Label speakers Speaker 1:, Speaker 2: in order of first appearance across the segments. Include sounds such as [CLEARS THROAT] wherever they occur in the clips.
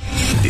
Speaker 1: The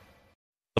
Speaker 2: The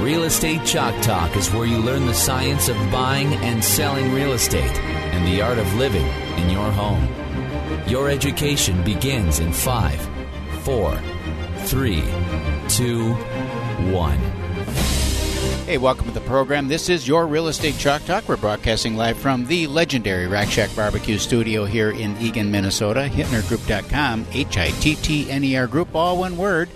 Speaker 3: Real Estate Chalk Talk is where you learn the science of buying and selling real estate and the art of living in your home. Your education begins in five, four, three, two, one.
Speaker 4: Hey, welcome to the program. This is your Real Estate Chalk Talk. We're broadcasting live from the legendary Rack Shack Barbecue Studio here in Eagan, Minnesota. HittnerGroup.com, H I T T N E R Group, all one word.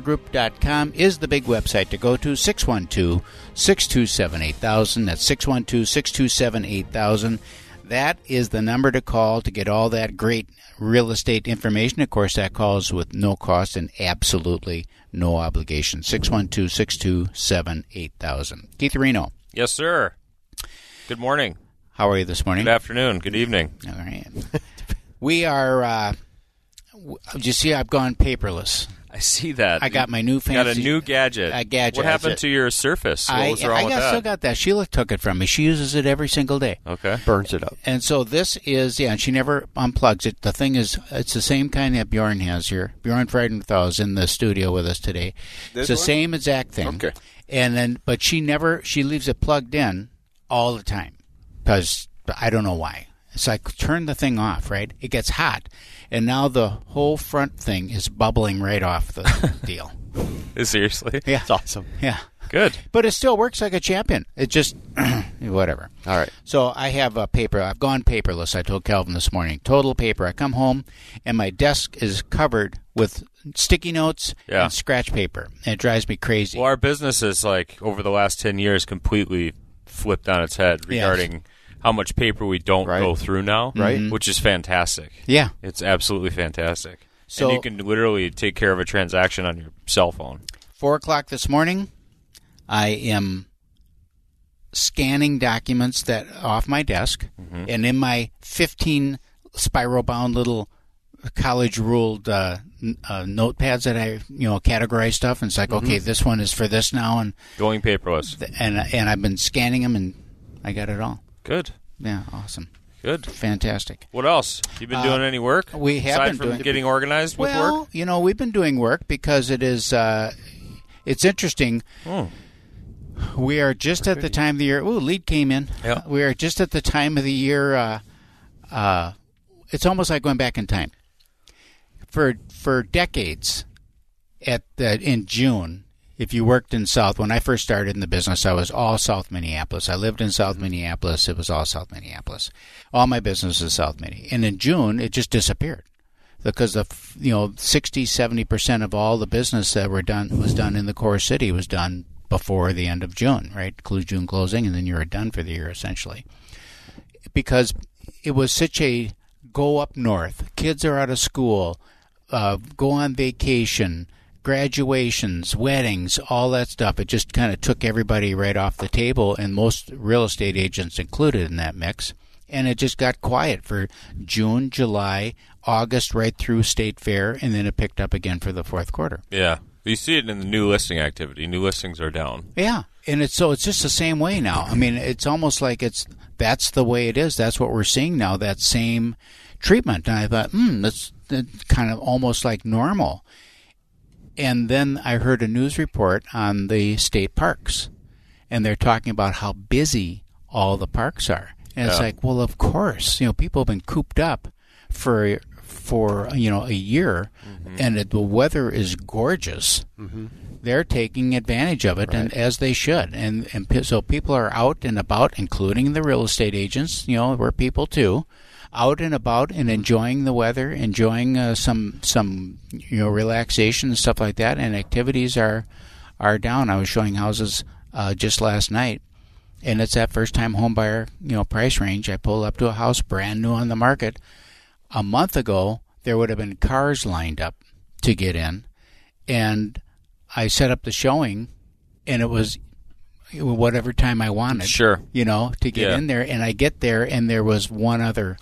Speaker 4: HittnerGroup.com is the big website to go to 612 627 8000. That's 612 627 8000. That is the number to call to get all that great real estate information. Of course, that calls with no cost and absolutely no obligation. 612 627 8000. Keith Reno,
Speaker 5: Yes, sir. Good morning.
Speaker 4: how are you this morning?
Speaker 5: Good afternoon. Good evening.
Speaker 4: All right. we are, uh, w- did you see I've gone paperless?
Speaker 5: I see that.
Speaker 4: I got my new
Speaker 5: You got a
Speaker 4: fancy-
Speaker 5: new gadget.
Speaker 4: a gadget.
Speaker 5: What happened to your Surface? What was wrong
Speaker 4: I
Speaker 5: with
Speaker 4: got-
Speaker 5: that?
Speaker 4: still got that. Sheila took it from me. She uses it every single day.
Speaker 5: okay.
Speaker 6: burns it up.
Speaker 4: And so this is yeah, and she never unplugs it. The thing is, it's the same kind that Bjorn has here. Bjorn Friedenthal is in the studio with us today. it's the same exact thing.
Speaker 6: Okay.
Speaker 4: And then, but she never she leaves it plugged in all the time because I don't know why. It's like turn the thing off, right? It gets hot, and now the whole front thing is bubbling right off
Speaker 6: [LAUGHS]
Speaker 4: the deal.
Speaker 5: [LAUGHS] Seriously.
Speaker 4: Yeah,
Speaker 6: It's awesome.
Speaker 4: yeah.
Speaker 5: Good.
Speaker 4: But it still works like a champion. It just [CLEARS THROAT] whatever.
Speaker 6: All right.
Speaker 4: So I have a paper. I've gone paperless. I told Calvin this morning. Total paper. I come home and my desk is covered with sticky notes
Speaker 5: Yeah.
Speaker 4: and scratch paper. And it drives me crazy.
Speaker 5: Well, our business is like over the last ten years completely flipped on its head
Speaker 4: Yes. Mm-hmm.
Speaker 5: regarding how much paper we don't
Speaker 6: Right.
Speaker 5: go through now,
Speaker 6: Right.
Speaker 5: Which is fantastic.
Speaker 4: yeah.
Speaker 5: It's absolutely fantastic.
Speaker 4: So-
Speaker 5: and you can literally take care of a transaction on your cell phone.
Speaker 4: Four o'clock this morning. I am scanning documents that off my desk and in my 15 spiral bound little college ruled uh, n- uh, notepads that I you know categorize stuff and it's like okay this one is for this now and
Speaker 5: Going paperless.
Speaker 4: th- and and I've been scanning them, and I got it all.
Speaker 5: Good.
Speaker 4: Yeah, awesome,
Speaker 5: Good.
Speaker 4: fantastic.
Speaker 5: What else? You been doing any work?
Speaker 4: Uh, we have
Speaker 5: aside
Speaker 4: been
Speaker 5: from
Speaker 4: doing-
Speaker 5: getting organized with
Speaker 4: well,
Speaker 5: work.
Speaker 4: you know, we've been doing work because it is. Uh, it's interesting.
Speaker 5: Hmm.
Speaker 4: We are just at the time of the year. Ooh, lead came in.
Speaker 5: Yeah.
Speaker 4: We are just at the time of the year. Uh, uh, it's almost like going back in time. For for decades, at the, in June, if you worked in South, when I first started in the business, I was all South Minneapolis. I lived in South Minneapolis. It was all South Minneapolis. All my business is South Minne. And in June, it just disappeared because the f- you know 60 70 percent of all the business that were done was done in the core city was done before the end of June, right? Clu- June closing, and then you were done for the year essentially, because it was such a go up north. Kids are out of school, uh, go on vacation, graduations, weddings, all that stuff. It just kind of took everybody right off the table, and most real estate agents included in that mix and it just got quiet for June, July, August, right through State Fair, and then it picked up again for the fourth quarter.
Speaker 5: Yeah. You see it in the new listing activity. New listings are down.
Speaker 4: Yeah, and it's so it's just the same way now. I mean, it's almost like it's that's the way it is. That's what we're seeing now. That same treatment. And I thought, hmm, that's, that's kind of almost like normal. And then I heard a news report on the state parks, and they're talking about how busy all the parks are. And it's like, well, of course, you know, people have been cooped up for for you know a year, and it, the weather is gorgeous. They're taking advantage of it, and as they should. And and pe- so people are out and about, including the real estate agents. You know, we're people too, out and about and enjoying the weather, enjoying uh, some some you know relaxation and stuff like that. And activities are are down. I was showing houses uh, just last night and it's that first time home buyer you know price range i pull up to a house brand new on the market a month ago there would have been cars lined up to get in and i set up the showing and it was whatever time i wanted
Speaker 5: Sure.
Speaker 4: you know to get
Speaker 5: Yeah.
Speaker 4: in there and i get there and there was one other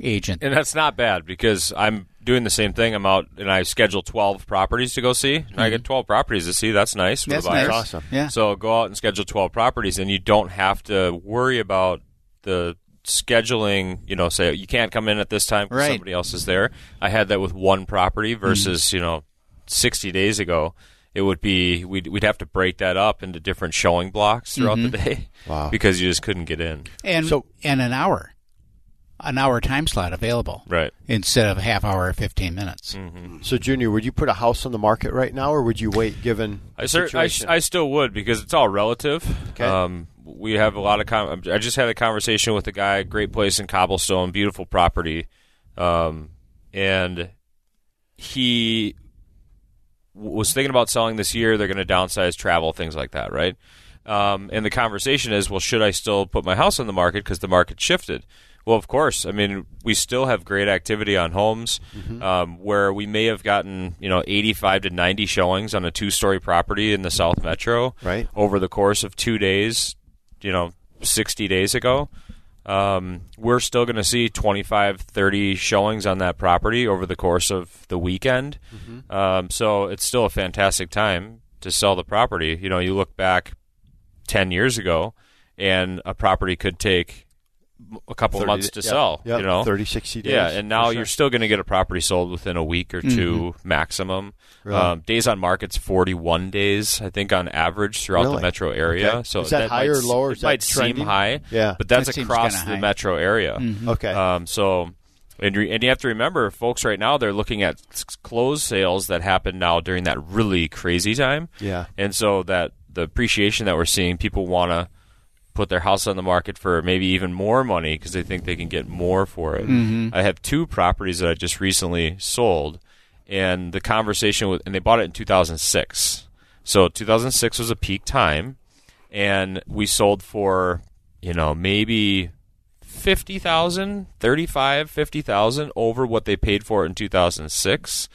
Speaker 4: agent
Speaker 5: And that's not bad because I'm doing the same thing. I'm out and I schedule 12 properties to go see. And I get 12 properties to see. That's nice. For
Speaker 4: Mm-hmm. That's
Speaker 5: the buyers.
Speaker 4: nice. Awesome. Yeah.
Speaker 5: So go out and schedule 12 properties, and you don't have to worry about the scheduling. You know, say you can't come in at this time because
Speaker 4: Right. Mm-hmm.
Speaker 5: somebody else is there. I had that with one property versus you know 60 days ago. It would be we'd, we'd have to break that up into different showing blocks throughout
Speaker 4: Mm-hmm.
Speaker 5: the day [LAUGHS]
Speaker 6: Wow.
Speaker 5: because you just couldn't get in.
Speaker 4: and
Speaker 6: So-
Speaker 4: and an hour an hour time slot available
Speaker 5: Right.
Speaker 4: instead of half hour or 15 minutes
Speaker 5: Hmm.
Speaker 6: So, Junior, would you put a house on the market right now, or would you wait given
Speaker 5: I, cer- I,
Speaker 6: situation?
Speaker 5: I still would because it's all relative.
Speaker 6: Okay.
Speaker 5: Um, we have a lot of. Con- I just had a conversation with a guy. Great place in Cobblestone, beautiful property, um, and he w- was thinking about selling this year. They're going to downsize travel, things like that, right? Um, and the conversation is, well, should I still put my house on the market because the market shifted? Well, of course. I mean, we still have great activity on homes um, where we may have gotten you know 85 to 90 showings on a two-story property in the South Metro
Speaker 6: Right.
Speaker 5: over the course of two days. You know, 60 days ago. Um, we're still going to see 25, 30 showings on that property over the course of the weekend. Um, so it's still a fantastic time to sell the property. You know, you look back 10 years ago and a property could take m- a couple
Speaker 6: 30
Speaker 5: months to
Speaker 6: yeah,
Speaker 5: sell,
Speaker 6: yeah,
Speaker 5: you know?
Speaker 6: 30, 60 days.
Speaker 5: Yeah, and now
Speaker 6: for sure. Mm-hmm.
Speaker 5: you're still going to get a property sold within a week or 2 maximum.
Speaker 6: Really?
Speaker 5: Um, days on market's 41 days, I think, on average throughout
Speaker 6: Really?
Speaker 5: the metro area.
Speaker 6: Okay.
Speaker 5: So
Speaker 6: Is that high
Speaker 5: might,
Speaker 6: or
Speaker 5: s-
Speaker 6: low, or
Speaker 5: It
Speaker 6: is that
Speaker 5: might
Speaker 6: trending?
Speaker 5: seem high,
Speaker 6: Yeah. Mm-hmm.
Speaker 5: but that's
Speaker 4: That seems
Speaker 5: across
Speaker 4: kinda
Speaker 5: the
Speaker 4: high.
Speaker 5: metro area.
Speaker 6: okay.
Speaker 5: Um, so, and, re- and you have to remember, folks, right now they're looking at s- closed sales that happen now during that really crazy time.
Speaker 6: Yeah.
Speaker 5: And so that the appreciation that we're seeing, people want to put their house on the market for maybe even more money because they think they can get more for it.
Speaker 6: Mm-hmm.
Speaker 5: I have two properties that I just recently sold, and the conversation with, and they bought it in 2006. So 2006 was a peak time, and we sold for, you know, maybe 50,000, 35, 50,000 over what they paid for it in 2006.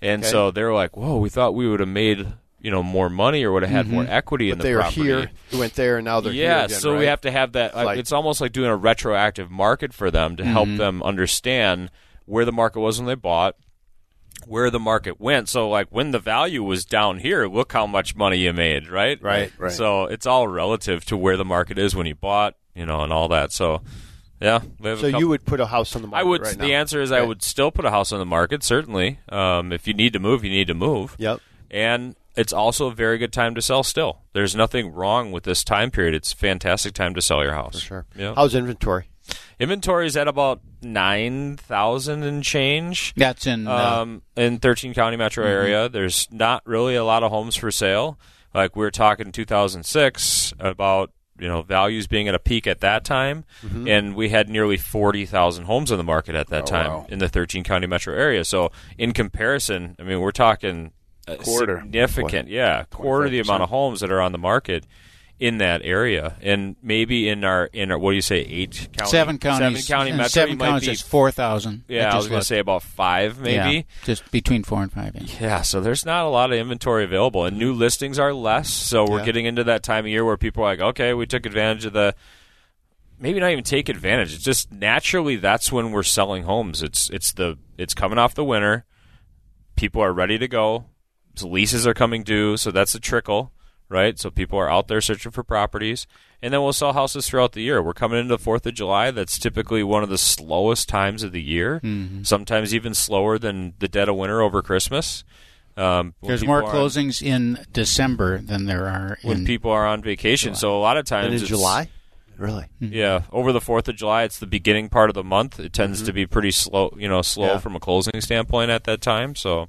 Speaker 5: And
Speaker 6: Okay.
Speaker 5: so they were like, "Whoa, we thought we would have made, you know, more money or would have had more equity in
Speaker 6: Mm-hmm. but
Speaker 5: the
Speaker 6: they were
Speaker 5: property."
Speaker 6: here. You went there, and now they're
Speaker 5: yeah,
Speaker 6: here again,
Speaker 5: so we
Speaker 6: right?
Speaker 5: have to have that. uh,
Speaker 6: Like- Mm-hmm.
Speaker 5: it's almost like doing a retroactive market for them to help them understand where the market was when they bought, where the market went. So, like when the value was down here, look how much money you made, right?
Speaker 6: Right, right.
Speaker 5: So it's all relative to where the market is when you bought, you know, and all that. So, yeah, we have a
Speaker 6: So
Speaker 5: couple-
Speaker 6: you would put a house on the
Speaker 5: I
Speaker 6: market
Speaker 5: would.
Speaker 6: right
Speaker 5: the
Speaker 6: now.
Speaker 5: answer is I
Speaker 6: Okay.
Speaker 5: would still put a house on the market. Certainly, um, if you need to move, you need to move.
Speaker 6: Yep.
Speaker 5: And it's also a very good time to sell. Still, there's nothing wrong with this time period. It's a fantastic time to sell your house.
Speaker 6: Sure.
Speaker 5: Yeah.
Speaker 6: How's inventory?
Speaker 5: Inventory is at about nine thousand and change.
Speaker 4: that's in uh,
Speaker 5: Um, in 13 county metro area, there's not really a lot of homes for sale. Like we were talking 2006 about you know values being at a peak at that time, and we had nearly 40,000 homes on the market at that time in the 13 county metro area. So in comparison, I mean we're talking a
Speaker 7: Quarter.
Speaker 5: significant, yeah, quarter the amount of homes that are on the market in that area, and maybe in our in our what do you say eight county
Speaker 4: seven counties
Speaker 5: seven county
Speaker 4: in
Speaker 5: metro
Speaker 4: seven
Speaker 5: you might
Speaker 4: counties
Speaker 5: be-
Speaker 4: is 4000
Speaker 5: yeah, I was
Speaker 4: just
Speaker 5: going to
Speaker 4: looked.
Speaker 5: say about five, maybe.
Speaker 4: Yeah, just between four and five. Yeah.
Speaker 5: Yeah, so there's not a lot of inventory available, and new listings are less. So we're
Speaker 6: Yeah.
Speaker 5: getting into that time of year where people are like, okay, we took advantage of the. Maybe not even take advantage. It's just naturally that's when we're selling homes. It's it's the it's coming off the winter. People are ready to go. So leases are coming due, so that's a trickle, right? So people are out there searching for properties, and then we'll sell houses throughout the year. We're coming into the Fourth of July. That's typically one of the slowest times of the year. Sometimes even slower than the dead of winter over Christmas. Um, when
Speaker 4: There's
Speaker 5: people
Speaker 4: more
Speaker 5: are-
Speaker 4: closings in December than there are
Speaker 5: when
Speaker 4: in
Speaker 5: people are on vacation. So a lot of times
Speaker 6: And
Speaker 5: [LAUGHS]
Speaker 6: in
Speaker 5: it's-
Speaker 6: July? Really?
Speaker 5: Yeah, over the Fourth of July, it's the beginning part of the month. It tends to be pretty slow, you know, slow
Speaker 6: Yeah.
Speaker 5: from a closing standpoint at that time. So,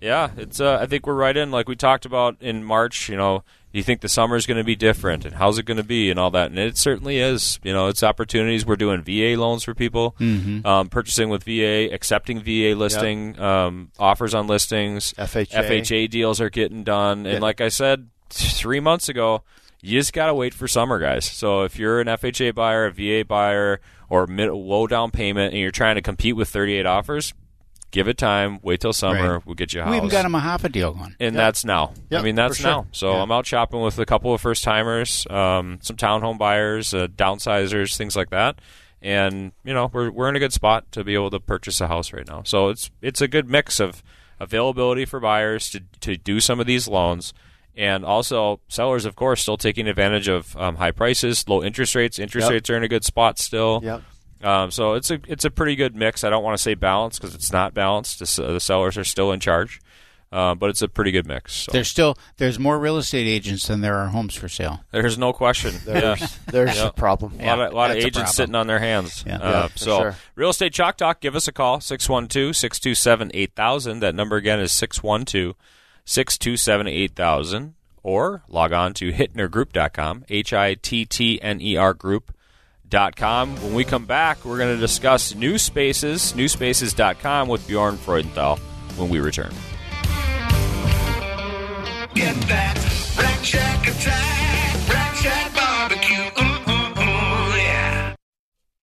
Speaker 5: yeah, it's. Uh, I think we're right in, like we talked about in March. You know, you think the summer is going to be different, and how's it going to be, and all that, and it certainly is. You know, it's opportunities. We're doing VA loans for people, um, purchasing with VA, accepting VA listing um, offers on listings,
Speaker 6: FHA.
Speaker 5: FHA deals are getting done, and
Speaker 6: Yeah.
Speaker 5: like I said three months ago, you just gotta wait for summer, guys. So if you're an FHA buyer, a VA buyer, or mid, low down payment, and you're trying to compete with 38 offers, give it time. Wait till summer.
Speaker 4: Right.
Speaker 5: We'll get you a house.
Speaker 4: We even got him a Hoffa deal going.
Speaker 5: and that's now.
Speaker 6: Yep,
Speaker 5: I mean, that's
Speaker 6: for sure.
Speaker 5: now. So
Speaker 6: Yeah.
Speaker 5: I'm out shopping with a couple of first timers, um, some townhome buyers, uh, downsizers, things like that. And you know, we're we're in a good spot to be able to purchase a house right now. So it's it's a good mix of availability for buyers to to do some of these loans. And also, sellers, of course, still taking advantage of um, high prices, low interest rates. Interest
Speaker 6: Yep.
Speaker 5: rates are in a good spot still.
Speaker 6: Yep.
Speaker 5: Um, so it's a it's a pretty good mix. I don't want to say balanced because it's not balanced. The, s- the sellers are still in charge, uh, but it's a pretty good mix. So.
Speaker 4: There's still there's more real estate agents than there are homes for sale.
Speaker 5: There's no question.
Speaker 6: There's,
Speaker 5: yeah.
Speaker 6: there's
Speaker 5: Yeah.
Speaker 6: a problem.
Speaker 5: A lot of, lot of
Speaker 4: that's a
Speaker 5: agents
Speaker 4: problem.
Speaker 5: sitting on their hands.
Speaker 4: Yeah.
Speaker 5: Uh,
Speaker 6: Yeah, for
Speaker 5: so,
Speaker 6: sure.
Speaker 5: Real Estate Chalk Talk, give us a call, 612 627 8000. That number again is 612 627 8000. Or log on to hitnergroup.com, H I T T N E R group.com. When we come back, we're going to discuss new spaces, newspaces.com with Bjorn Freudenthal when we return.
Speaker 1: Get that.